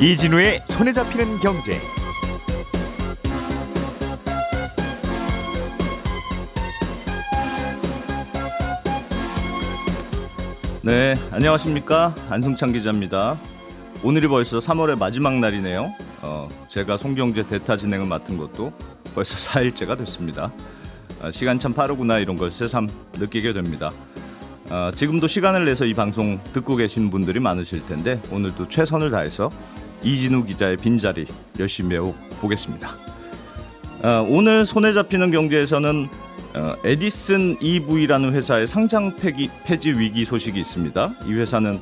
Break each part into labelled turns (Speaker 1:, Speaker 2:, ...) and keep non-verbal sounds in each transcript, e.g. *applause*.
Speaker 1: 이진우의 손에 잡히는 경제.
Speaker 2: 네, 안녕하십니까 안승찬 기자입니다. 오늘이 벌써 3월의 마지막 날이네요. 어, 제가 송경제 대타 진행을 맡은 것도 벌써 *laughs* 4일째가 됐습니다. 아, 시간 참 빠르구나 이런 걸 새삼 느끼게 됩니다. 아, 지금도 시간을 내서 이 방송 듣고 계신 분들이 많으실 텐데 오늘도 최선을 다해서 이진우 기자의 빈자리 열심히 해보겠습니다. 아, 오늘 손에 잡히는 경제에서는 어, 에디슨 EV라는 회사의 상장 폐기, 폐지 위기 소식이 있습니다. 이 회사는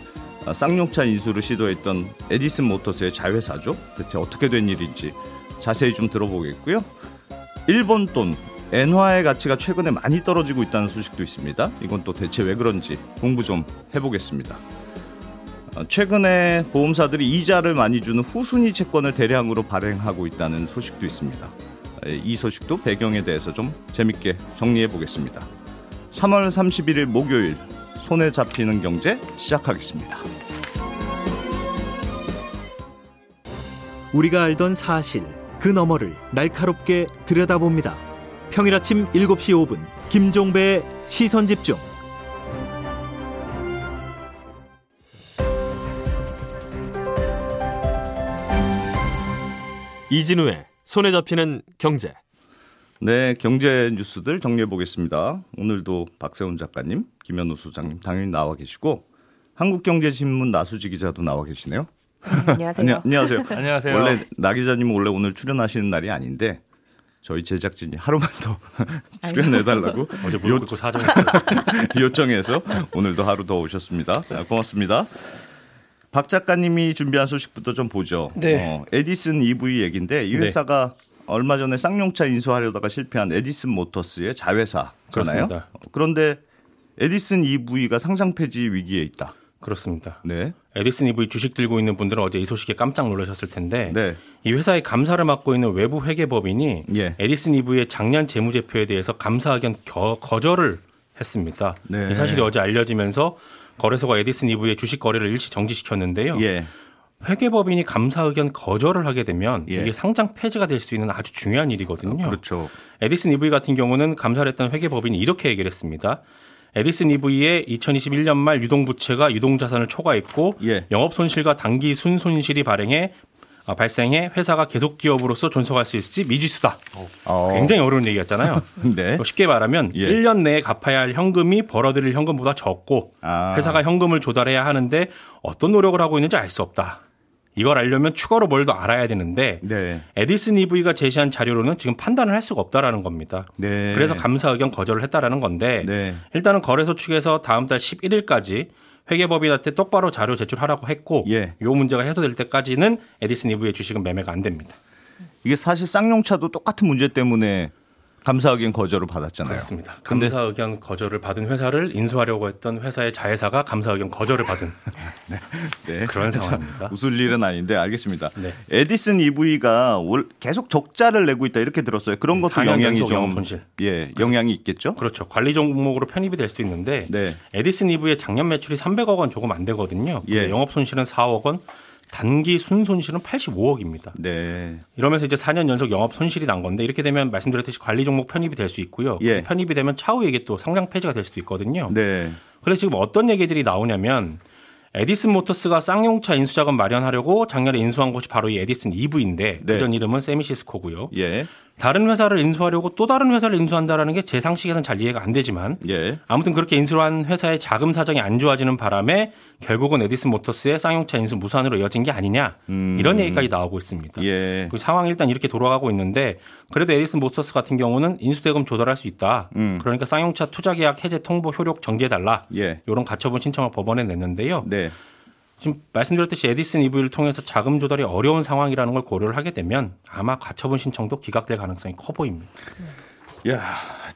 Speaker 2: 아, 쌍용차 인수를 시도했던 에디슨 모터스의 자회사죠. 대체 어떻게 된 일인지 자세히 좀 들어보겠고요. 일본 돈 엔화의 가치가 최근에 많이 떨어지고 있다는 소식도 있습니다. 이건 또 대체 왜 그런지 공부 좀 해보겠습니다. 어, 최근에 보험사들이 이자를 많이 주는 후순위 채권을 대량으로 발행하고 있다는 소식도 있습니다. 에, 이 소식도 배경에 대해서 좀 재밌게 정리해 보겠습니다. 3월 31일 목요일 손에 잡히는 경제 시작하겠습니다.
Speaker 3: 우리가 알던 사실 그 너머를 날카롭게 들여다봅니다. 평일 아침 7시 5분 김종배의 시선 집중.
Speaker 4: 이진우의 손에 잡히는 경제.
Speaker 2: 네, 경제 뉴스들 정리해 보겠습니다. 오늘도 박세훈 작가님, 김현우 소장님 당연히 나와 계시고 한국경제신문 나수지 기자도 나와 계시네요.
Speaker 5: 안녕하세요.
Speaker 2: 안녕- *laughs* 안녕하세요.
Speaker 6: 안녕하세요.
Speaker 2: 원래 나 기자님 은 원래 오늘 출연하시는 날이 아닌데 저희 제작진이 하루만 더 *laughs* 출연해달라고
Speaker 6: 어제
Speaker 2: 요-
Speaker 6: 무릎 꿇고 그 사정했어요.
Speaker 2: *laughs* 요청해서 오늘도 하루 더 오셨습니다. 아, 고맙습니다. 박 작가님이 준비한 소식부터 좀 보죠.
Speaker 6: 네.
Speaker 2: 어, 에디슨 EV 얘기인데 이
Speaker 6: 네.
Speaker 2: 회사가 얼마 전에 쌍용차 인수하려다가 실패한 에디슨 모터스의 자회사잖아요.
Speaker 6: 그렇습니다.
Speaker 2: 어, 그런데 에디슨 EV가 상장 폐지 위기에 있다.
Speaker 6: *laughs* 그렇습니다.
Speaker 2: 네.
Speaker 6: 에디슨 EV 주식 들고 있는 분들은 어제 이 소식에 깜짝 놀라셨을 텐데
Speaker 2: 네.
Speaker 6: 이 회사의 감사를 맡고 있는 외부 회계법인이
Speaker 2: 예.
Speaker 6: 에디슨 EV의 작년 재무제표에 대해서 감사 의견 겨- 거절을 했습니다.
Speaker 2: 네.
Speaker 6: 이 사실이 어제 알려지면서 거래소가 에디슨 EV의 주식 거래를 일시 정지시켰는데요.
Speaker 2: 예. *laughs*
Speaker 6: 회계법인이 감사 의견 거절을 하게 되면
Speaker 2: 예.
Speaker 6: 이게 상장 폐지가 될 수 있는 아주 중요한 일이거든요.
Speaker 2: 그렇죠.
Speaker 6: 에디슨 EV 같은 경우는 감사를 했던 회계법인이 이렇게 얘기를 했습니다. 에디슨 EV의 2021년 말 유동부채가 유동자산을 초과했고
Speaker 2: 예.
Speaker 6: 영업손실과 단기 순손실이 발행해 아, 발생해 회사가 계속 기업으로서 존속할 수 있을지 미지수다.
Speaker 2: 어,
Speaker 6: 굉장히
Speaker 2: *laughs*
Speaker 6: 어려운 얘기였잖아요.
Speaker 2: 네.
Speaker 6: 쉽게 말하면
Speaker 2: 예.
Speaker 6: 1년 내에 갚아야 할 현금이 벌어들일 현금보다 적고
Speaker 2: 아.
Speaker 6: 회사가 현금을 조달해야 하는데 어떤 노력을 하고 있는지 알 수 없다. 이걸 알려면 추가로 뭘 더 알아야 되는데
Speaker 2: 네.
Speaker 6: 에디슨 EV가 제시한 자료로는 지금 판단을 할 수가 없다라는 겁니다.
Speaker 2: 네.
Speaker 6: 그래서 감사 의견 거절을 했다라는 건데
Speaker 2: 네.
Speaker 6: 일단은 거래소 측에서 다음 달 11일까지 회계법인한테 똑바로 자료 제출하라고 했고
Speaker 2: 예.
Speaker 6: 이 문제가 해소될 때까지는 에디슨 EV의 주식은 매매가 안 됩니다.
Speaker 2: 이게 사실 쌍용차도 똑같은 문제 때문에 감사 의견 거절을 받았잖아요.
Speaker 6: 그렇습니다.
Speaker 2: 근데-
Speaker 6: 네. 감사 의견 거절을 받은 회사를 인수하려고 했던 회사의 자회사가 감사 의견 거절을
Speaker 2: *laughs*
Speaker 6: 받은
Speaker 2: 네.
Speaker 6: 그런 상황입니다.
Speaker 2: 웃을 일은 아닌데 알겠습니다.
Speaker 6: 네.
Speaker 2: 에디슨 EV가 월, 계속 적자를 내고 있다 이렇게 들었어요. 그런 것도
Speaker 6: 4년
Speaker 2: 영향이
Speaker 6: 연속
Speaker 2: 좀
Speaker 6: 영업 손실.
Speaker 2: 예, 영향이 있겠죠?
Speaker 6: 그렇죠. 관리 종목으로 편입이 될 수 있는데
Speaker 2: 네.
Speaker 6: 에디슨 이브의 작년 매출이 300억 원 조금 안 되거든요.
Speaker 2: 예.
Speaker 6: 영업 손실은 4억 원, 단기 순 손실은 85억입니다.
Speaker 2: 네.
Speaker 6: 이러면서 이제 4년 연속 영업 손실이 난 건데 이렇게 되면 말씀드렸듯이 관리 종목 편입이 될 수 있고요.
Speaker 2: 예.
Speaker 6: 편입이 되면 차후에 이게 또 상장 폐지가 될 수도 있거든요.
Speaker 2: 네.
Speaker 6: 그래서 지금 어떤 얘기들이 나오냐면 에디슨 모터스가 쌍용차 인수자금 마련하려고 작년에 인수한 곳이 바로 이 에디슨 EV인데
Speaker 2: 네.
Speaker 6: 그전 이름은 세미시스코고요.
Speaker 2: 예.
Speaker 6: 다른 회사를 인수하려고 또 다른 회사를 인수한다라는 게 제 상식에서는 잘 이해가 안 되지만
Speaker 2: 예.
Speaker 6: 아무튼 그렇게 인수한 회사의 자금 사정이 안 좋아지는 바람에 결국은 에디슨 모터스의 쌍용차 인수 무산으로 이어진 게 아니냐 이런 얘기까지 나오고 있습니다.
Speaker 2: 음. 예.
Speaker 6: 그 상황이 일단 이렇게 돌아가고 있는데 그래도 에디슨 모터스 같은 경우는 인수대금 조달할 수 있다.
Speaker 2: 음.
Speaker 6: 그러니까 쌍용차 투자계약 해제 통보 효력 정지해달라.
Speaker 2: 예.
Speaker 6: 이런 가처분 신청을 법원에 냈는데요.
Speaker 2: 네.
Speaker 6: 지금 말씀드렸듯이 에디슨 EV를 통해서 자금 조달이 어려운 상황이라는 걸 고려를 하게 되면 아마 가처분 신청도 기각될 가능성이 커 보입니다.
Speaker 2: 야,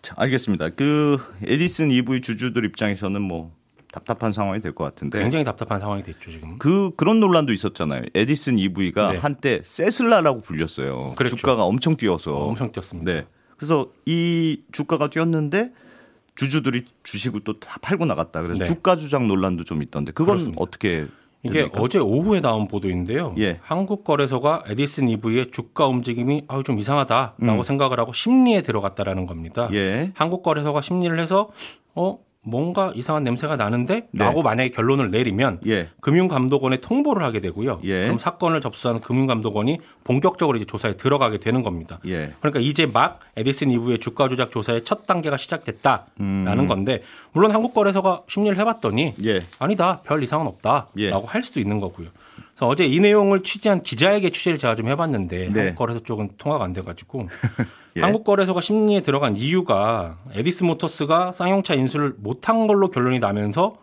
Speaker 2: 참, 알겠습니다. 그 에디슨 EV 주주들 입장에서는 뭐 답답한 상황이 될 것 같은데.
Speaker 6: 굉장히 답답한 상황이 됐죠 지금.
Speaker 2: 그 그런 논란도 있었잖아요. 에디슨 EV가
Speaker 6: 네.
Speaker 2: 한때 세슬라라고 불렸어요.
Speaker 6: 그랬죠.
Speaker 2: 주가가 엄청 뛰어서.
Speaker 6: 엄청 뛰었습니다.
Speaker 2: 네. 그래서 이 주가가 뛰었는데 주주들이 주식을 또 다 팔고 나갔다. 그래서
Speaker 6: 네.
Speaker 2: 주가 주장 논란도 좀 있던데 그건
Speaker 6: 그렇습니다.
Speaker 2: 어떻게
Speaker 6: 이게
Speaker 2: 됩니까?
Speaker 6: 어제 오후에 나온 보도인데요.
Speaker 2: 네. 그러니까. 예.
Speaker 6: 한국거래소가 에디슨 이브의 주가 움직임이 아유 좀 이상하다라고 생각을 하고 심리에 들어갔다라는 겁니다.
Speaker 2: 음. 예.
Speaker 6: 한국거래소가 심리를 해서 어 뭔가 이상한 냄새가
Speaker 2: 네.
Speaker 6: 나는데라고 만약에 결론을 내리면
Speaker 2: 예.
Speaker 6: 금융감독원에 통보를 하게 되고요.
Speaker 2: 예.
Speaker 6: 그럼 사건을 접수한 금융감독원이 본격적으로 이제 조사에 들어가게 되는 겁니다.
Speaker 2: 예.
Speaker 6: 그러니까 이제 막 에디슨 이브의 주가 조작 조사의 첫 단계가 시작됐다라는 건데 물론 한국거래소가 심리를 해봤더니
Speaker 2: 음. 예.
Speaker 6: 아니다 별 이상은 없다라고
Speaker 2: 예.
Speaker 6: 할 수도 있는 거고요. 그래서 어제 이 내용을 취재한 기자에게 취재를 제가 좀 해봤는데
Speaker 2: 네.
Speaker 6: 한국거래소 쪽은 통화가 안 돼가지고
Speaker 2: *laughs* 예.
Speaker 6: 한국거래소가 심리에 들어간 이유가 에디스 모터스가 쌍용차 인수를 못한 걸로 결론이 나면서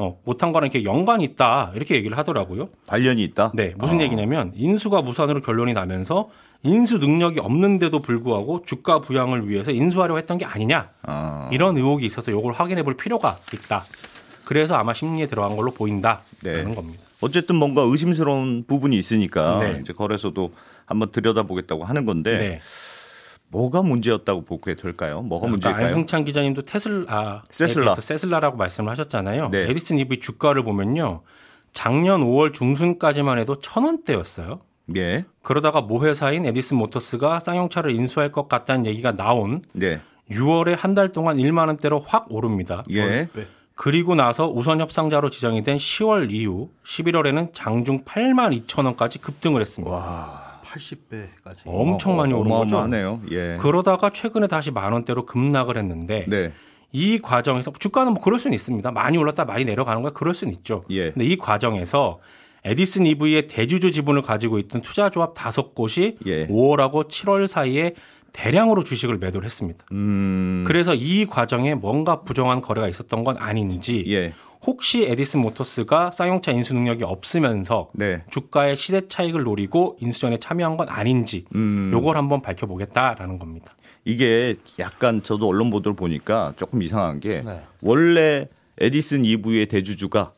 Speaker 6: 어, 못한 거랑 이렇게 연관이 있다 이렇게 얘기를 하더라고요.
Speaker 2: 관련이 있다.
Speaker 6: 네, 무슨
Speaker 2: 아,
Speaker 6: 얘기냐면 인수가 무산으로 결론이 나면서 인수 능력이 없는데도 불구하고 주가 부양을 위해서 인수하려고 했던 게 아니냐
Speaker 2: 아,
Speaker 6: 이런 의혹이 있어서 이걸 확인해 볼 필요가 있다. 그래서 아마 심리에 들어간 걸로 보인다라는
Speaker 2: 네.
Speaker 6: 겁니다.
Speaker 2: 어쨌든 뭔가 의심스러운 부분이 있으니까
Speaker 6: 네.
Speaker 2: 이제 거래소도 한번 들여다보겠다고 하는 건데
Speaker 6: 네.
Speaker 2: 뭐가 문제였다고 보게 될까요? 뭐가
Speaker 6: 그러니까
Speaker 2: 문제일까요?
Speaker 6: 안승찬 기자님도 테슬라
Speaker 2: 세슬라.
Speaker 6: 세슬라라고 말씀을 하셨잖아요.
Speaker 2: 네.
Speaker 6: 에디슨 이브의 주가를 보면요. 작년 5월 중순까지만 해도 천 원대였어요.
Speaker 2: 예.
Speaker 6: 그러다가 모회사인 에디슨 모터스가 쌍용차를 인수할 것 같다는 얘기가 나온
Speaker 2: 네.
Speaker 6: 6월에 한 달 동안 1만 원대로 확 오릅니다.
Speaker 2: 예.
Speaker 6: 그리고 나서 우선 협상자로 지정이 된 10월 이후 11월에는 장중 8만 2천 원까지 급등을 했습니다.
Speaker 2: 와.
Speaker 5: 80배까지.
Speaker 6: 엄청 많이 오른 거죠.
Speaker 2: 어마어마하네요. 예.
Speaker 6: 그러다가 최근에 다시 만 원대로 급락을 했는데
Speaker 2: 네.
Speaker 6: 이 과정에서 주가는 뭐 그럴 수는 있습니다. 많이 올랐다 많이 내려가는 거야 그럴 수는 있죠.
Speaker 2: 예.
Speaker 6: 근데 이 과정에서 에디슨 이브의 대주주 지분을 가지고 있던 투자조합 다섯 곳이
Speaker 2: 예.
Speaker 6: 5월하고 7월 사이에 대량으로 주식을 매도를 했습니다.
Speaker 2: 음.
Speaker 6: 그래서 이 과정에 뭔가 부정한 거래가 있었던 건 아닌지
Speaker 2: 예.
Speaker 6: 혹시 에디슨 모터스가 쌍용차 인수 능력이 없으면서
Speaker 2: 네.
Speaker 6: 주가의 시세 차익을 노리고 인수전에 참여한 건 아닌지
Speaker 2: 음.
Speaker 6: 요걸 한번 밝혀보겠다라는 겁니다.
Speaker 2: 이게 약간 저도 언론 보도를 보니까 조금 이상한 게
Speaker 6: 네.
Speaker 2: 원래 에디슨 이브의 대주주가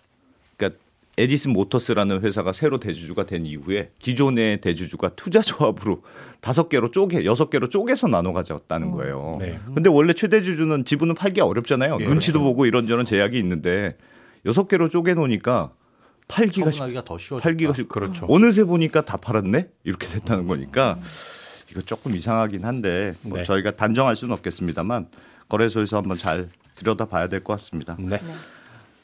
Speaker 2: 그러니까 에디슨 모터스라는 회사가 새로 대주주가 된 이후에 기존의 대주주가 투자 조합으로 다섯 개로 쪼개 여섯 개로 쪼개서 나눠
Speaker 5: 음.
Speaker 2: 가졌다는 거예요.
Speaker 6: 네. 예, 그렇죠.
Speaker 2: 근데 원래 최대주주는 지분을 팔기 어렵잖아요. 눈치도 보고 이런저런 제약이 있는데 여섯 개로 쪼개 놓으니까 팔기가 쉽
Speaker 5: 기가더 쉬워.
Speaker 2: 팔기가 쉽
Speaker 6: 그렇죠. 음.
Speaker 2: 어느새 보니까 다 팔았네 이렇게 됐다는 거니까 이거 조금 이상하긴 한데 뭐
Speaker 6: 네.
Speaker 2: 저희가 단정할 수는 없겠습니다만 거래소에서 한번 잘 들여다봐야 될 것 같습니다.
Speaker 6: 네.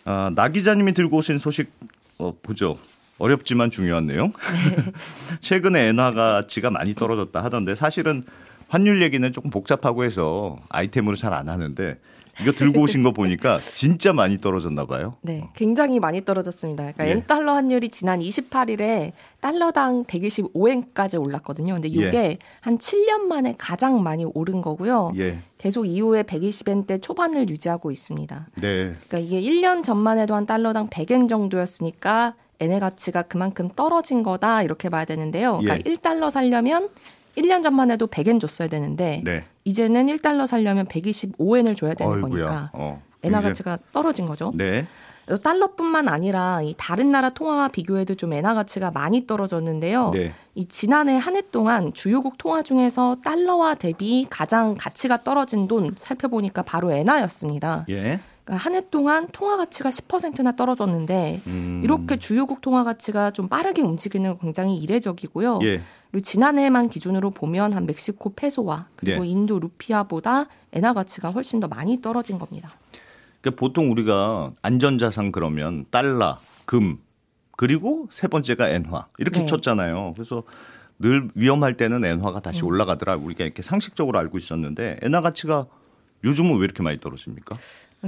Speaker 2: 아, 나 기자님이 들고 오신 소식 어, 보죠. 어렵지만 중요한 내용. *laughs* 최근에 엔화 가치가 많이 떨어졌다 하던데 사실은 환율 얘기는 조금 복잡하고 해서 아이템으로 잘 안 하는데 이거 들고 오신 거 보니까 진짜 많이 떨어졌나 봐요.
Speaker 7: 네, 굉장히 많이 떨어졌습니다. 그러니까
Speaker 2: 예.
Speaker 7: 엔 달러 환율이 지난 28일에 달러당 125엔까지 올랐거든요. 근데
Speaker 2: 예.
Speaker 7: 이게 한 7년 만에 가장 많이 오른 거고요.
Speaker 2: 예.
Speaker 7: 계속 이후에 120엔대 초반을 유지하고 있습니다.
Speaker 2: 네.
Speaker 7: 그러니까 이게 1년 전만 해도 한 달러당 100엔 정도였으니까 엔의 가치가 그만큼 떨어진 거다 이렇게 봐야 되는데요.
Speaker 2: 예.
Speaker 7: 그러니까 1달러 살려면 1년 전만 해도 100엔 줬어야 되는데
Speaker 2: 네.
Speaker 7: 이제는 1달러 살려면 125엔을 줘야 되는
Speaker 2: 어이구야.
Speaker 7: 거니까
Speaker 2: 어.
Speaker 7: 엔화
Speaker 2: 굉장히-
Speaker 7: 가치가 떨어진 거죠.
Speaker 2: 네.
Speaker 7: 그래서 달러뿐만 아니라 이 다른 나라 통화와 비교해도 좀 엔화 가치가 많이 떨어졌는데요.
Speaker 2: 네.
Speaker 7: 이 지난해 한 해 동안 주요국 통화 중에서 달러와 대비 가장 가치가 떨어진 돈 살펴보니까 바로 엔화였습니다.
Speaker 2: 예.
Speaker 7: 그러니까 한 해 동안 통화 가치가 10%나 떨어졌는데
Speaker 2: 음.
Speaker 7: 이렇게 주요국 통화 가치가 좀 빠르게 움직이는 건 굉장히 이례적이고요.
Speaker 2: 예.
Speaker 7: 그리고 지난해만 기준으로 보면 한 멕시코 페소와 그리고
Speaker 2: 예.
Speaker 7: 인도 루피아보다 엔화 가치가 훨씬 더 많이 떨어진 겁니다.
Speaker 2: 그러니까 보통 우리가 안전자산 그러면 달러, 금 그리고 세 번째가 엔화 이렇게
Speaker 7: 네.
Speaker 2: 쳤잖아요. 그래서 늘 위험할 때는 엔화가 다시
Speaker 7: 음.
Speaker 2: 올라가더라. 우리가 이렇게 상식적으로 알고 있었는데 엔화 가치가 요즘은 왜 이렇게 많이 떨어집니까?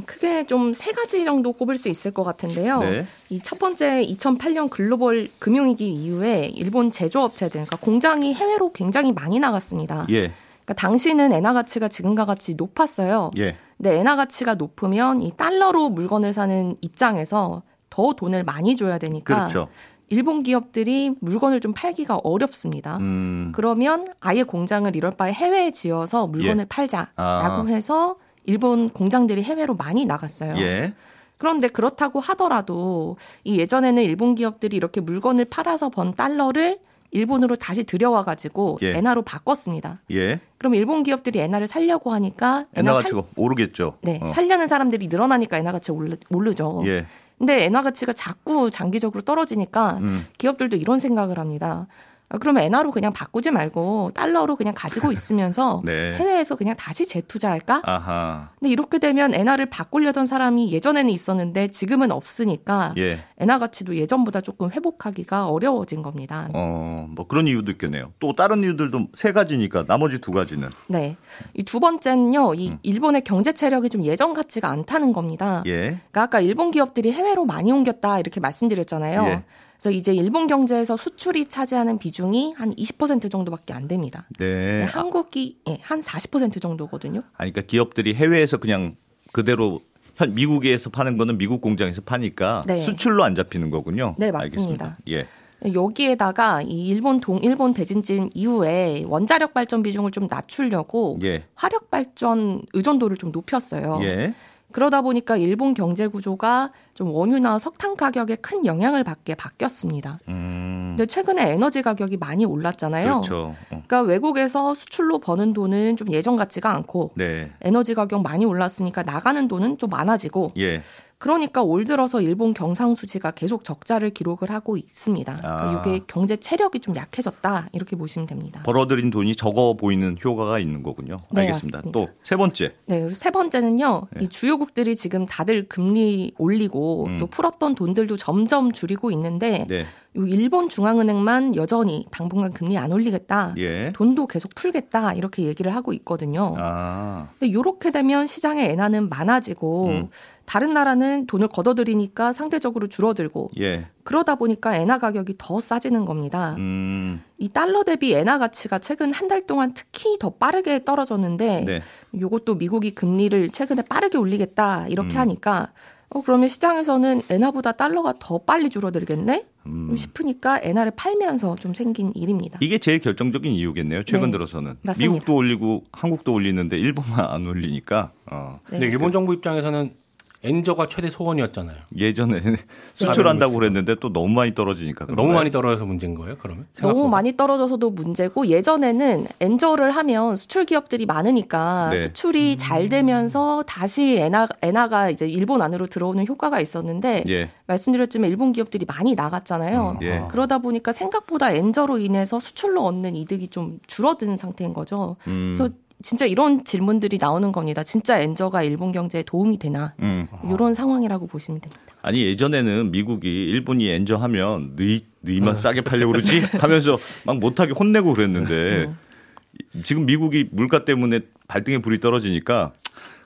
Speaker 7: 크게 좀 세 가지 정도 꼽을 수 있을 것 같은데요.
Speaker 2: 네.
Speaker 7: 이 첫 번째 2008년 글로벌 금융위기 이후에 일본 제조업체들, 그러니까 공장이 해외로 굉장히 많이 나갔습니다.
Speaker 2: 예,
Speaker 7: 그러니까 당시는 엔화 가치가 지금과 같이 높았어요.
Speaker 2: 예,
Speaker 7: 근데 엔화 가치가 높으면 이 달러로 물건을 사는 입장에서 더 돈을 많이 줘야 되니까
Speaker 2: 그렇죠.
Speaker 7: 일본 기업들이 물건을 좀 팔기가 어렵습니다.
Speaker 2: 음,
Speaker 7: 그러면 아예 공장을 이럴 바에 해외에 지어서 물건을 팔자라고
Speaker 2: 예. 아.
Speaker 7: 해서 일본 공장들이 해외로 많이 나갔어요.
Speaker 2: 예,
Speaker 7: 그런데 그렇다고 하더라도 이 예전에는 일본 기업들이 이렇게 물건을 팔아서 번 달러를 일본으로 다시 들여와가지고
Speaker 2: 예.
Speaker 7: 엔화로 바꿨습니다.
Speaker 2: 예.
Speaker 7: 그럼 일본 기업들이 엔화를 살려고 하니까 엔화
Speaker 2: 엔화
Speaker 7: 살-
Speaker 2: 가치가 오르겠죠.
Speaker 7: 네,
Speaker 2: 어.
Speaker 7: 살려는 사람들이 늘어나니까 엔화 가치가 오르, 오르죠.
Speaker 2: 예.
Speaker 7: 근데 엔화 가치가 자꾸 장기적으로 떨어지니까
Speaker 2: 음.
Speaker 7: 기업들도 이런 생각을 합니다. 아, 그러면 엔화로 그냥 바꾸지 말고 달러로 그냥
Speaker 2: *laughs*
Speaker 7: 가지고 있으면서
Speaker 2: 네.
Speaker 7: 해외에서 그냥 다시 재투자할까?
Speaker 2: 아하.
Speaker 7: 근데 이렇게 되면 엔화를 바꾸려던 사람이 예전에는 있었는데 지금은 없으니까
Speaker 2: 예.
Speaker 7: 엔화 가치도 예전보다 조금 회복하기가 어려워진 겁니다.
Speaker 2: 어, 뭐 그런 이유도 있겠네요. 또 다른 이유들도 세 가지니까 나머지 두 가지는
Speaker 7: 네. 이 두 번째는요. 이 일본의 경제 체력이 좀 예전 같지가 않다는 겁니다.
Speaker 2: 음. 예.
Speaker 7: 그러니까 아까 일본 기업들이 해외로 많이 옮겼다 이렇게 말씀드렸잖아요.
Speaker 2: 예.
Speaker 7: 그래서 이제 일본 경제에서 수출이 차지하는 비중이 한 20% 정도밖에 안 됩니다.
Speaker 2: 네.
Speaker 7: 근데
Speaker 2: 아,
Speaker 7: 한국이 예, 한40% 정도거든요.
Speaker 2: 그러니까 기업들이 해외에서 그냥 그대로 현 미국에서 파는 거는 미국 공장에서 파니까
Speaker 7: 네.
Speaker 2: 수출로 안 잡히는 거군요.
Speaker 7: 네, 맞습니다. 어,
Speaker 2: 알겠습니다. 예.
Speaker 7: 여기에다가 이 일본 동일본 대진진 이후에 원자력 발전 비중을 좀 낮추려고
Speaker 2: 예.
Speaker 7: 화력 발전 의존도를 좀 높였어요.
Speaker 2: 예.
Speaker 7: 그러다 보니까 일본 경제 구조가 좀 원유나 석탄 가격에 큰 영향을 받게 바뀌었습니다.
Speaker 2: 음.
Speaker 7: 근데 최근에 에너지 가격이 많이 올랐잖아요.
Speaker 2: 그렇죠. 어,
Speaker 7: 그러니까 외국에서 수출로 버는 돈은 좀 예전 같지가 않고
Speaker 2: 네.
Speaker 7: 에너지 가격 많이 올랐으니까 나가는 돈은 좀 많아지고
Speaker 2: 예.
Speaker 7: 그러니까 올 들어서 일본 경상수지가 계속 적자를 기록을 하고 있습니다. 그러니까
Speaker 2: 아.
Speaker 7: 이게 경제 체력이 좀 약해졌다 이렇게 보시면 됩니다.
Speaker 2: 벌어들인 돈이 적어 보이는 효과가 있는 거군요.
Speaker 7: 네,
Speaker 2: 알겠습니다.
Speaker 7: 맞습니다.
Speaker 2: 또 세 번째.
Speaker 7: 네, 그리고 세 번째는요. 이 주요국들이 지금 다들 금리 올리고
Speaker 2: 예. 음.
Speaker 7: 또 풀었던 돈들도 점점 줄이고 있는데
Speaker 2: 네.
Speaker 7: 요 일본 중앙은행만 여전히 당분간 금리 안 올리겠다.
Speaker 2: 예.
Speaker 7: 돈도 계속 풀겠다 이렇게 얘기를 하고 있거든요.
Speaker 2: 아.
Speaker 7: 근데 이렇게 되면 시장의 엔화는 많아지고
Speaker 2: 음.
Speaker 7: 다른 나라는 돈을 걷어들이니까 상대적으로 줄어들고
Speaker 2: 예.
Speaker 7: 그러다 보니까 엔화 가격이 더 싸지는 겁니다.
Speaker 2: 음.
Speaker 7: 이 달러 대비 엔화 가치가 최근 한 달 동안 특히 더 빠르게 떨어졌는데
Speaker 2: 네.
Speaker 7: 요것도 미국이 금리를 최근에 빠르게 올리겠다 이렇게
Speaker 2: 음.
Speaker 7: 하니까 어 그러면 시장에서는 엔화보다 달러가 더 빨리 줄어들겠네
Speaker 2: 음.
Speaker 7: 싶으니까 엔화를 팔면서 좀 생긴 일입니다.
Speaker 2: 이게 제일 결정적인 이유겠네요. 최근
Speaker 7: 네.
Speaker 2: 들어서는
Speaker 7: 맞습니다.
Speaker 2: 미국도 올리고 한국도 올리는데 일본만 안 올리니까 어,
Speaker 7: 네.
Speaker 6: 근데 일본 정부 입장에서는 엔저가 최대 소원이었잖아요.
Speaker 2: 예전에 *laughs* 수출한다고 그랬는데 또 너무 많이 떨어지니까
Speaker 6: 너무
Speaker 2: 그런가요?
Speaker 6: 많이 떨어져서 문제인 거예요, 그러면?
Speaker 7: 너무
Speaker 6: 생각보다.
Speaker 7: 많이 떨어져서도 문제고 예전에는 엔저를 하면 수출 기업들이 많으니까
Speaker 2: 네.
Speaker 7: 수출이 잘 되면서 다시 엔화, 엔화가 이제 일본 안으로 들어오는 효과가 있었는데
Speaker 2: 예.
Speaker 7: 말씀드렸지만 일본 기업들이 많이 나갔잖아요.
Speaker 2: 음, 예.
Speaker 7: 그러다 보니까 생각보다 엔저로 인해서 수출로 얻는 이득이 좀 줄어든 상태인 거죠.
Speaker 2: 음.
Speaker 7: 그래서 진짜 이런 질문들이 나오는 겁니다. 진짜 엔저가 일본 경제에 도움이 되나?
Speaker 2: 음.
Speaker 7: 이런 상황이라고 보시면 됩니다.
Speaker 2: 아니 예전에는 미국이 일본이 엔저하면 너희 너희만 싸게 팔려고 그러지 하면서 막 못하게 혼내고 그랬는데 지금 미국이 물가 때문에 발등에 불이 떨어지니까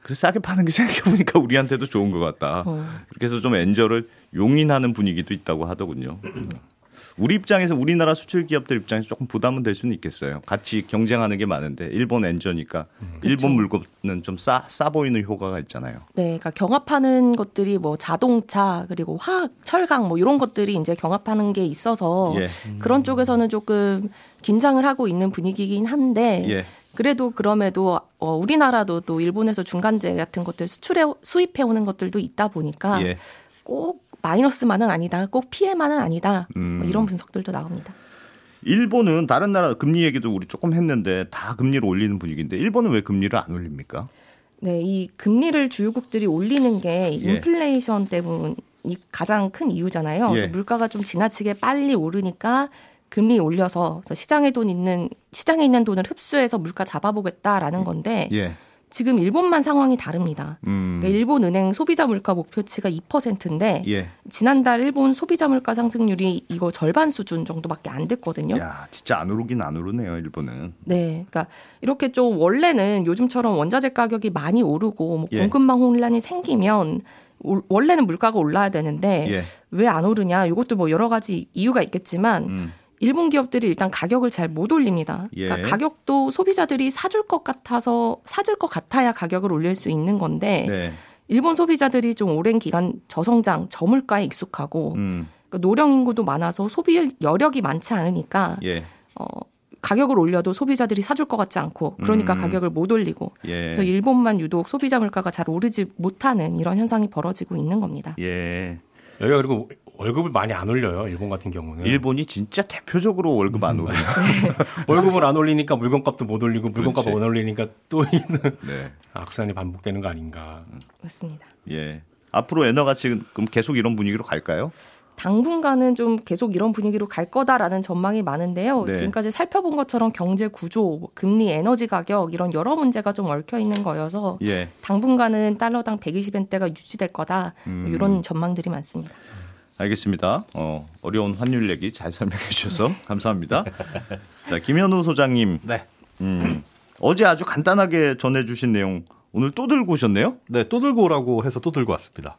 Speaker 2: 그래 싸게 파는 게 *laughs* 생각해보니까 우리한테도 좋은 것 같다.
Speaker 7: 어.
Speaker 2: 그래서 좀 엔저를 용인하는 분위기도 있다고 하더군요. 우리 입장에서 우리나라 수출 기업들 입장에서 조금 부담은 될 수는 있겠어요. 같이 경쟁하는 게 많은데 일본 엔저니까 일본 물건은 좀 싸 싸 보이는 효과가 있잖아요.
Speaker 7: 네, 그러니까 경합하는 것들이 뭐 자동차 그리고 화학, 철강 뭐 이런 것들이 이제 경합하는 게 있어서
Speaker 2: 예.
Speaker 7: 그런 쪽에서는 조금 긴장을 하고 있는 분위기긴 한데
Speaker 2: 예.
Speaker 7: 그래도 그럼에도 어, 우리나라도 또 일본에서 중간재 같은 것들 수출해 수입해 오는 것들도 있다 보니까
Speaker 2: 예.
Speaker 7: 꼭 마이너스만은 아니다, 꼭 피해만은 아니다 뭐
Speaker 2: 음.
Speaker 7: 이런 분석들도 나옵니다.
Speaker 2: 일본은 다른 나라 금리 얘기도 우리 조금 했는데 다 금리를 올리는 분위기인데 일본은 왜 금리를 안 올립니까?
Speaker 7: 네, 이 금리를 주요국들이 올리는 게
Speaker 2: 예.
Speaker 7: 인플레이션 때문이 가장 큰 이유잖아요.
Speaker 2: 예.
Speaker 7: 그래서 물가가 좀 지나치게 빨리 오르니까 금리 올려서 그래서 시장에 돈 있는 시장에 있는 돈을 흡수해서 물가 잡아보겠다라는 건데
Speaker 2: 예.
Speaker 7: 지금 일본만 상황이 다릅니다.
Speaker 2: 음.
Speaker 7: 그러니까 일본 은행 소비자 물가 목표치가 2%인데
Speaker 2: 예.
Speaker 7: 지난달 일본 소비자 물가 상승률이 이거 절반 수준 정도밖에 안 됐거든요.
Speaker 2: 야, 진짜 안 오르긴 안 오르네요, 일본은.
Speaker 7: 네, 그러니까 이렇게 좀 원래는 요즘처럼 원자재 가격이 많이 오르고 뭐
Speaker 2: 예.
Speaker 7: 공급망 혼란이 생기면 올- 원래는 물가가 올라야 되는데
Speaker 2: 예.
Speaker 7: 왜 안 오르냐? 이것도 뭐 여러 가지 이유가 있겠지만
Speaker 2: 음.
Speaker 7: 일본 기업들이 일단 가격을 잘 못 올립니다.
Speaker 2: 예.
Speaker 7: 그러니까 가격도 소비자들이 사줄 것 같아서 사줄 것 같아야 가격을 올릴 수 있는 건데
Speaker 2: 네.
Speaker 7: 일본 소비자들이 좀 오랜 기간 저성장, 저물가에 익숙하고
Speaker 2: 음.
Speaker 7: 그러니까 노령 인구도 많아서 소비 여력이 많지 않으니까
Speaker 2: 예.
Speaker 7: 어, 가격을 올려도 소비자들이 사줄 것 같지 않고 그러니까
Speaker 2: 음.
Speaker 7: 가격을 못 올리고
Speaker 2: 예.
Speaker 7: 그래서 일본만 유독 소비자 물가가 잘 오르지 못하는 이런 현상이 벌어지고 있는 겁니다.
Speaker 2: 예.
Speaker 6: 여기가 그리고 월급을 많이 안 올려요. 일본 같은 경우는.
Speaker 2: 일본이 진짜 대표적으로 월급 안 오르네.
Speaker 6: 월급을 안 올리니까 물건값도 못 올리고 물건값
Speaker 2: 그렇지.
Speaker 6: 안 올리니까 또 *laughs* 있는
Speaker 2: 네.
Speaker 6: 악순환이 반복되는 거 아닌가.
Speaker 7: 맞습니다.
Speaker 2: 예. 앞으로 엔화가 지금 그럼 계속 이런 분위기로 갈까요?
Speaker 7: 당분간은 좀 계속 이런 분위기로 갈 거다라는 전망이 많은데요.
Speaker 2: 네.
Speaker 7: 지금까지 살펴본 것처럼 경제 구조, 뭐 금리, 에너지 가격 이런 여러 문제가 좀 얽혀 있는 거여서
Speaker 2: 예.
Speaker 7: 당분간은 달러당 120엔대가 유지될 거다
Speaker 2: 음.
Speaker 7: 이런 전망들이 많습니다.
Speaker 2: 알겠습니다. 어, 어려운 환율 얘기 잘 설명해 주셔서
Speaker 7: *laughs*
Speaker 2: 감사합니다. 자, 김현우 소장님.
Speaker 5: 네.
Speaker 2: 음, 어제 아주 간단하게 전해 주신 내용 오늘 또 들고 오셨네요?
Speaker 5: 네, 또 들고 오라고 해서 또 들고 왔습니다.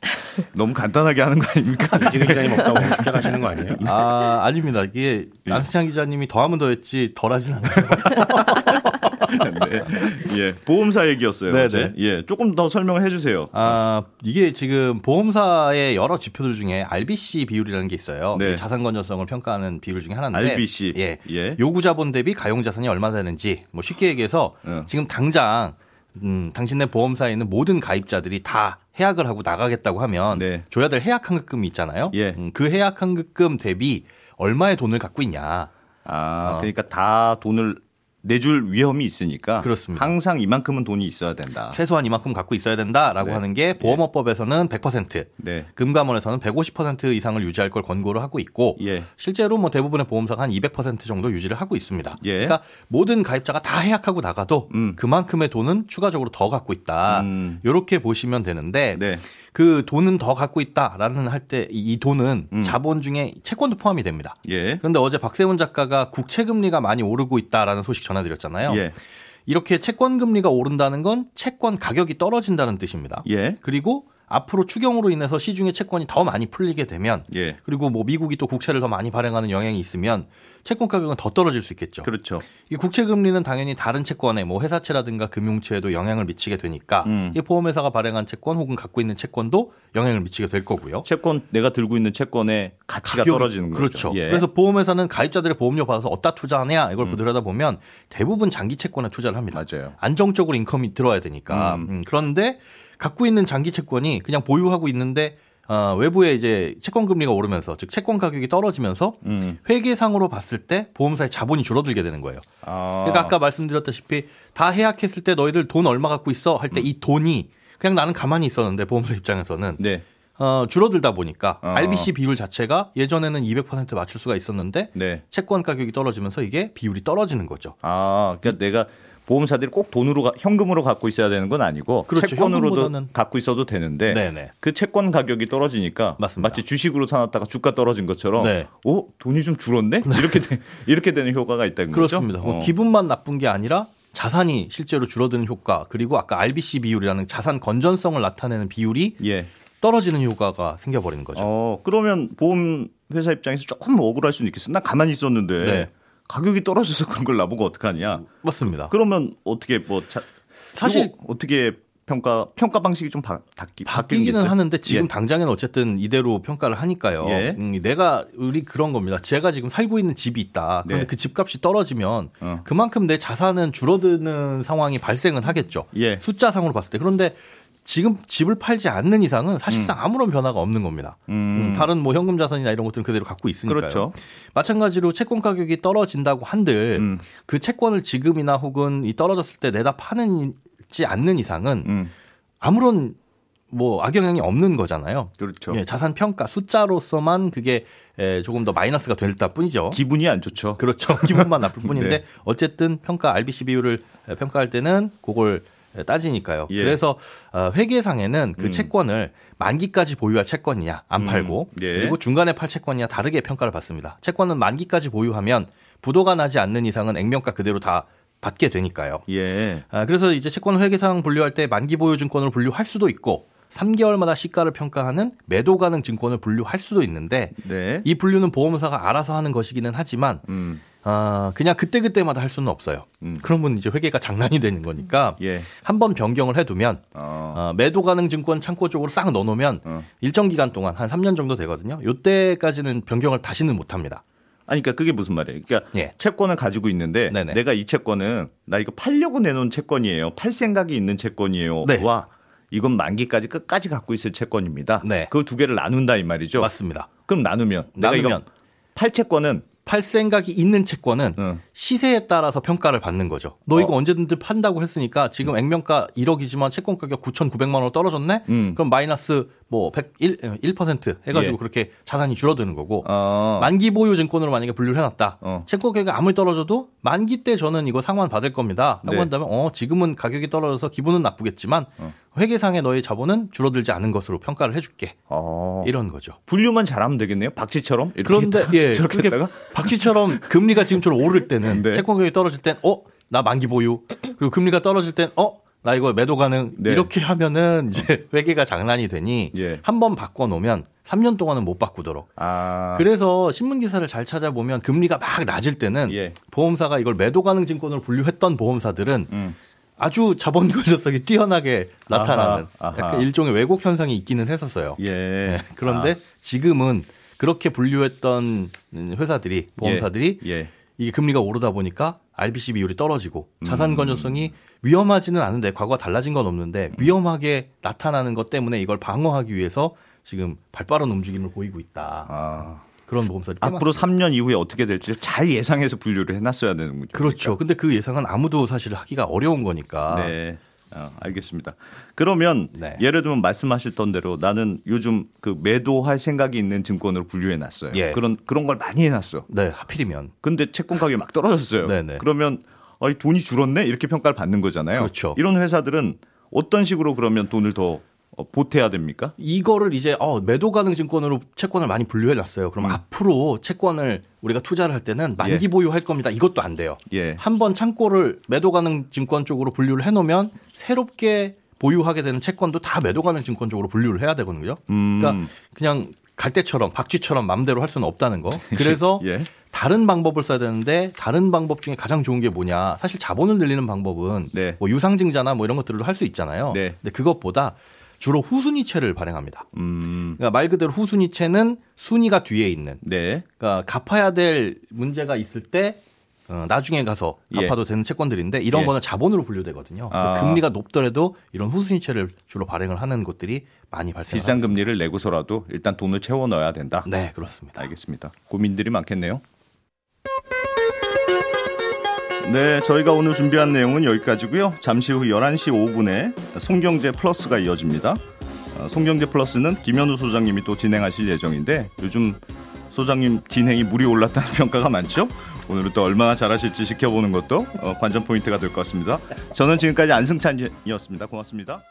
Speaker 2: 너무 간단하게 하는 거 아닙니까? *laughs*
Speaker 6: 이기는 기자님 없다고 쉽게 가시는 거 아니에요?
Speaker 5: 아, 아닙니다. 이게
Speaker 2: 예.
Speaker 5: 안승찬 기자님이 더하면 더했지 덜하진 않아요.
Speaker 2: 네. 예. 보험사 얘기였어요.
Speaker 5: 네,
Speaker 2: 어제.
Speaker 5: 네.
Speaker 2: 예. 조금 더 설명해 주세요.
Speaker 5: 아, 이게 지금 보험사의 여러 지표들 중에 RBC 비율이라는 게 있어요.
Speaker 2: 네.
Speaker 5: 이게 자산 건전성을 평가하는 비율 중에 하나인데
Speaker 2: RBC.
Speaker 5: 예.
Speaker 2: 예.
Speaker 5: 요구 자본 대비 가용 자산이 얼마나 되는지 뭐 쉽게 얘기해서
Speaker 2: 어.
Speaker 5: 지금 당장 음, 당신네 보험사에 있는 모든 가입자들이 다 해약을 하고 나가겠다고 하면
Speaker 2: 네.
Speaker 5: 줘야 될 해약 환급금이 있잖아요.
Speaker 2: 예.
Speaker 5: 음, 그 해약 환급금 대비 얼마의 돈을 갖고 있냐.
Speaker 2: 아,
Speaker 5: 어.
Speaker 2: 그러니까 다 돈을 내줄 위험이 있으니까
Speaker 5: 그렇습니다.
Speaker 2: 항상 이만큼은 돈이 있어야 된다.
Speaker 5: 아. 최소한 이만큼 갖고 있어야 된다라고
Speaker 2: 네.
Speaker 5: 하는 게 보험업법에서는 100%,
Speaker 2: 네.
Speaker 5: 금감원에서는 150% 이상을 유지할 걸 권고를 하고 있고
Speaker 2: 예.
Speaker 5: 실제로 뭐 대부분의 보험사가 한 200% 정도 유지를 하고 있습니다.
Speaker 2: 예.
Speaker 5: 그러니까 모든 가입자가 다 해약하고 나가도
Speaker 2: 음.
Speaker 5: 그만큼의 돈은 추가적으로 더 갖고 있다.
Speaker 2: 음.
Speaker 5: 이렇게 보시면 되는데
Speaker 2: 네.
Speaker 5: 그 돈은 더 갖고 있다라는 할 때 이 돈은
Speaker 2: 음.
Speaker 5: 자본 중에 채권도 포함이 됩니다.
Speaker 2: 예.
Speaker 5: 그런데 어제 박세훈 작가가 국채 금리가 많이 오르고 있다라는 소식 전해드렸잖아요.
Speaker 2: 예.
Speaker 5: 이렇게 채권 금리가 오른다는 건 채권 가격이 떨어진다는 뜻입니다.
Speaker 2: 예.
Speaker 5: 그리고 앞으로 추경으로 인해서 시중에 채권이 더 많이 풀리게 되면
Speaker 2: 예.
Speaker 5: 그리고 뭐 미국이 또 국채를 더 많이 발행하는 영향이 있으면 채권 가격은 더 떨어질 수 있겠죠.
Speaker 2: 그렇죠.
Speaker 5: 이 국채 금리는 당연히 다른 채권에 뭐 회사채라든가 금융채에도 영향을 미치게 되니까
Speaker 2: 음.
Speaker 5: 이 보험회사가 발행한 채권 혹은 갖고 있는 채권도 영향을 미치게 될 거고요.
Speaker 2: 채권 내가 들고 있는 채권의 가치가
Speaker 5: 가격이-
Speaker 2: 떨어지는 거죠.
Speaker 5: 그렇죠.
Speaker 2: 예. 음.
Speaker 5: 그래서 보험회사는 가입자들의 보험료 받아서 어디다 투자하냐 이걸 들여다 보면 대부분 장기 채권에 투자를 합니다.
Speaker 2: 맞아요.
Speaker 5: 안정적으로 인컴이 들어야 되니까.
Speaker 2: 음.
Speaker 5: 음, 그런데 갖고 있는 장기 채권이 그냥 보유하고 있는데 어, 외부에 이제 채권 금리가 오르면서 즉 채권 가격이 떨어지면서
Speaker 2: 음.
Speaker 5: 회계상으로 봤을 때 보험사의 자본이 줄어들게 되는 거예요.
Speaker 2: 아.
Speaker 5: 그러니까 아까 말씀드렸다시피 다 해약했을 때 너희들 돈 얼마 갖고 있어 할 때 이 돈이 그냥 나는 가만히 있었는데 보험사 입장에서는
Speaker 2: 음. 네.
Speaker 5: 어, 줄어들다 보니까
Speaker 2: 어.
Speaker 5: RBC 비율 자체가 예전에는 200% 맞출 수가 있었는데
Speaker 2: 네.
Speaker 5: 채권 가격이 떨어지면서 이게 비율이 떨어지는 거죠.
Speaker 2: 아,
Speaker 5: 음.
Speaker 2: 그러니까 내가 보험사들이 꼭 돈으로 가- 현금으로 갖고 있어야 되는 건 아니고
Speaker 5: 그렇죠.
Speaker 2: 채권으로도
Speaker 5: 현금보다는-
Speaker 2: 갖고 있어도 되는데
Speaker 5: 네네.
Speaker 2: 그 채권 가격이 떨어지니까
Speaker 5: 맞습니다.
Speaker 2: 마치 주식으로 사놨다가 주가 떨어진 것처럼
Speaker 5: 네.
Speaker 2: 어 돈이 좀 줄었네 이렇게 되, 이렇게 되는 효과가 있다는 거죠.
Speaker 5: 그렇습니다. 뭐
Speaker 2: 어.
Speaker 5: 기분만 나쁜 게 아니라 자산이 실제로 줄어드는 효과 그리고 아까 RBC 비율이라는 자산 건전성을 나타내는 비율이
Speaker 2: 예.
Speaker 5: 떨어지는 효과가 생겨버리는 거죠.
Speaker 2: 어 그러면 보험 회사 입장에서 조금 뭐 억울할 수는 있겠어. 나 가만히 있었는데
Speaker 5: 네.
Speaker 2: 가격이 떨어져서 그런 걸 나보고 어떡하냐.
Speaker 5: 맞습니다.
Speaker 2: 그러면 어떻게 뭐 자,
Speaker 5: 아. 사실-
Speaker 2: 이거 어떻게 평가 평가 방식이 좀 바, 바뀌, 바뀌는 게
Speaker 5: 바뀌기는
Speaker 2: 있어요?
Speaker 5: 하는데 지금
Speaker 2: 예.
Speaker 5: 당장에는 어쨌든 이대로 평가를 하니까요.
Speaker 2: 예.
Speaker 5: 음, 내가 우리 그런 겁니다. 제가 지금 살고 있는 집이 있다. 그런데
Speaker 2: 네.
Speaker 5: 그 집값이 떨어지면
Speaker 2: 어.
Speaker 5: 그만큼 내 자산은 줄어드는 상황이 발생은 하겠죠.
Speaker 2: 예.
Speaker 5: 숫자상으로 봤을 때 그런데 지금 집을 팔지 않는 이상은 사실상 아무런 변화가 없는 겁니다.
Speaker 2: 음.
Speaker 5: 음, 다른 뭐 현금 자산이나 이런 것들은 그대로 갖고 있으니까요.
Speaker 2: 그렇죠.
Speaker 5: 마찬가지로 채권 가격이 떨어진다고 한들
Speaker 2: 음.
Speaker 5: 그 채권을 지금이나 혹은 이 떨어졌을 때 내다 파는지 않는 이상은
Speaker 2: 음,
Speaker 5: 아무런 뭐 악영향이 없는 거잖아요.
Speaker 2: 그렇죠.
Speaker 5: 예, 자산 평가 숫자로서만 그게 에, 조금 더 마이너스가 될다 뿐이죠.
Speaker 2: 기분이 안 좋죠.
Speaker 5: 그렇죠. *laughs* 기분만 나쁠 뿐인데
Speaker 2: 네.
Speaker 5: 어쨌든 평가 RBC 비율을 에, 평가할 때는 그걸 에, 따지니까요.
Speaker 2: 예.
Speaker 5: 그래서 어, 회계상에는 그
Speaker 2: 음.
Speaker 5: 채권을 만기까지 보유할 채권이냐 안
Speaker 2: 음,
Speaker 5: 팔고
Speaker 2: 예.
Speaker 5: 그리고 중간에 팔 채권이냐 다르게 평가를 받습니다. 채권은 만기까지 보유하면 부도가 나지 않는 이상은 액면가 그대로 다 받게 되니까요.
Speaker 2: 예.
Speaker 5: 아, 그래서 이제 채권 회계상 분류할 때 만기 보유 증권으로 분류할 수도 있고 3개월마다 시가를 평가하는 매도 가능 증권을 분류할 수도 있는데
Speaker 2: 네.
Speaker 5: 이 분류는 보험사가 알아서 하는 것이기는 하지만
Speaker 2: 음.
Speaker 5: 아, 그냥 그때그때마다 할 수는 없어요.
Speaker 2: 음.
Speaker 5: 그러면 이제 회계가 장난이 되는 거니까
Speaker 2: 예.
Speaker 5: 한 번 변경을 해두면
Speaker 2: 어.
Speaker 5: 어, 매도 가능 증권 창고 쪽으로 싹 넣어놓으면
Speaker 2: 어.
Speaker 5: 일정 기간 동안 한 3년 정도 되거든요. 요때까지는 변경을 다시는 못합니다.
Speaker 2: 아니 그러니까 그게 무슨 말이에요? 그러니까
Speaker 5: 예.
Speaker 2: 채권을 가지고 있는데
Speaker 5: 네네.
Speaker 2: 내가 이 채권은 나 이거 팔려고 내놓은 채권이에요. 팔 생각이 있는 채권이에요.
Speaker 5: 네.
Speaker 2: 와 이건 만기까지 끝까지 갖고 있을 채권입니다.
Speaker 5: 네.
Speaker 2: 그 두 개를 나눈다 이 말이죠.
Speaker 5: 맞습니다.
Speaker 2: 그럼 나누면 내가 이거
Speaker 5: 나누면.
Speaker 2: 팔채권은
Speaker 5: 팔 생각이 있는 채권은
Speaker 2: 응.
Speaker 5: 시세에 따라서 평가를 받는 거죠. 너 이거
Speaker 2: 어.
Speaker 5: 언제든지 판다고 했으니까 지금 액면가 1억이지만 채권 가격 9,900만 원으로 떨어졌네.
Speaker 2: 음.
Speaker 5: 그럼 마이너스 뭐 101, 1% 해가지고
Speaker 2: 예.
Speaker 5: 그렇게 자산이 줄어드는 거고
Speaker 2: 어,
Speaker 5: 만기 보유 증권으로 만약에 분류를 해놨다.
Speaker 2: 어.
Speaker 5: 채권 가격이 아무리 떨어져도 만기 때 저는 이거 상환 받을 겁니다. 라고
Speaker 2: 네. 어.
Speaker 5: 한다면 어 지금은 가격이 떨어져서 기분은 나쁘겠지만 회계상의 너의 자본은 줄어들지 않은 것으로 평가를 해줄게.
Speaker 2: 어.
Speaker 5: 이런 거죠.
Speaker 2: 분류만 잘하면 되겠네요. 박쥐처럼 이렇게
Speaker 5: 그런데
Speaker 2: 했다가
Speaker 5: 예,
Speaker 2: 저렇게
Speaker 5: 그렇게
Speaker 2: 했다가
Speaker 5: 박쥐처럼 금리가 지금처럼 오를 때는
Speaker 2: 네.
Speaker 5: 채권 가격이 떨어질 땐 어, 나 만기 보유. 그리고 금리가 떨어질 땐 어, 나 이거 매도 가능.
Speaker 2: 네.
Speaker 5: 이렇게 하면은 이제 *laughs* 회계가 장난이 되니
Speaker 2: 예.
Speaker 5: 한 번 바꿔 놓으면 3년 동안은 못 바꾸도록.
Speaker 2: 아
Speaker 5: 그래서 신문 기사를 잘 찾아보면 금리가 막 낮을 때는
Speaker 2: 예.
Speaker 5: 보험사가 이걸 매도 가능 증권으로 분류했던 보험사들은
Speaker 2: 음.
Speaker 5: 아주 자본 근저성이 뛰어나게 나타나는
Speaker 2: 아하, 아하.
Speaker 5: 약간 일종의 왜곡 현상이 있기는 했었어요. 네.
Speaker 2: 예.
Speaker 5: 그런데 지금은 그렇게 분류했던 회사들이 보험사들이
Speaker 2: 예, 예.
Speaker 5: 이게 금리가 오르다 보니까 RBC 비율이 떨어지고
Speaker 2: 음.
Speaker 5: 자산 건조성이 위험하지는 않은데 과거와 달라진 건 없는데
Speaker 2: 음.
Speaker 5: 위험하게 나타나는 것 때문에 이걸 방어하기 위해서 지금 발빠른 움직임을 보이고 있다.
Speaker 2: 아,
Speaker 5: 그런 보험사들이 꽤
Speaker 2: 앞으로 3년 이후에 어떻게 될지 잘 예상해서 분류를 해놨어야 되는군요.
Speaker 5: 그렇죠. 근데 그 예상은 아무도 사실 하기가 어려운 거니까.
Speaker 2: 그러니까. 네. 어, 알겠습니다. 그러면
Speaker 5: 네.
Speaker 2: 예를 들면 말씀하셨던 대로 나는 요즘 그 매도할 생각이 있는 증권으로 분류해 놨어요.
Speaker 5: 예.
Speaker 2: 그런 그런 걸 많이 해 놨어.
Speaker 5: 네, 하필이면.
Speaker 2: 근데 채권 가격이 막 떨어졌어요.
Speaker 5: 네네.
Speaker 2: 그러면 아, 이 돈이 줄었네 이렇게 평가를 받는 거잖아요.
Speaker 5: 그렇죠.
Speaker 2: 이런 회사들은 어떤 식으로 그러면 돈을 더 어, 보태야 됩니까?
Speaker 5: 이거를 이제 어, 매도 가능 증권으로 채권을 많이 분류해 놨어요. 그럼 앞으로 채권을 우리가 투자를 할 때는 만기
Speaker 2: 음. 예.
Speaker 5: 보유할 겁니다. 이것도 안 돼요.
Speaker 2: 예.
Speaker 5: 한 번 창고를 매도 가능 증권 쪽으로 분류를 해 놓으면 새롭게 보유하게 되는 채권도 다 매도 가능 증권 쪽으로 분류를 해야 되거든요.
Speaker 2: 음.
Speaker 5: 그러니까 그냥 갈대처럼 박쥐처럼 맘대로 할 수는 없다는
Speaker 2: *laughs*
Speaker 5: 거. 그래서
Speaker 2: 예.
Speaker 5: 다른 방법을 써야 되는데 다른 방법 중에 가장 좋은 게 뭐냐. 사실 자본을 늘리는 방법은
Speaker 2: 네.
Speaker 5: 뭐 유상증자나 뭐 이런 것들로 할 수 있잖아요.
Speaker 2: 네.
Speaker 5: 근데 그것보다 주로 후순위채를 발행합니다.
Speaker 2: 음.
Speaker 5: 그러니까 말 그대로 후순위채는 순위가 뒤에 있는
Speaker 2: 네.
Speaker 5: 그러니까 갚아야 될 문제가 있을 때 어, 나중에 가서
Speaker 2: 예.
Speaker 5: 갚아도 되는 채권들인데 이런
Speaker 2: 예.
Speaker 5: 거는 자본으로 분류되거든요.
Speaker 2: 아.
Speaker 5: 금리가 높더라도 이런 후순위채를 주로 발행을 하는 곳들이 많이 발생합니다.
Speaker 2: 비싼 금리를 내고서라도 일단 돈을 채워 넣어야 된다.
Speaker 5: 아. 네, 그렇습니다.
Speaker 2: 알겠습니다. 고민들이 많겠네요. 네, 저희가 오늘 준비한 내용은 여기까지고요. 잠시 후 11시 5분에 송경제 플러스가 이어집니다. 어, 송경제 플러스는 김현우 소장님이 또 진행하실 예정인데 요즘 소장님 진행이 물이 올랐다는 *laughs* 평가가 많죠. 오늘은 또 얼마나 잘하실지 지켜보는 것도 어, 관전 포인트가 될 것 같습니다. 저는 지금까지 안승찬이었습니다. 고맙습니다.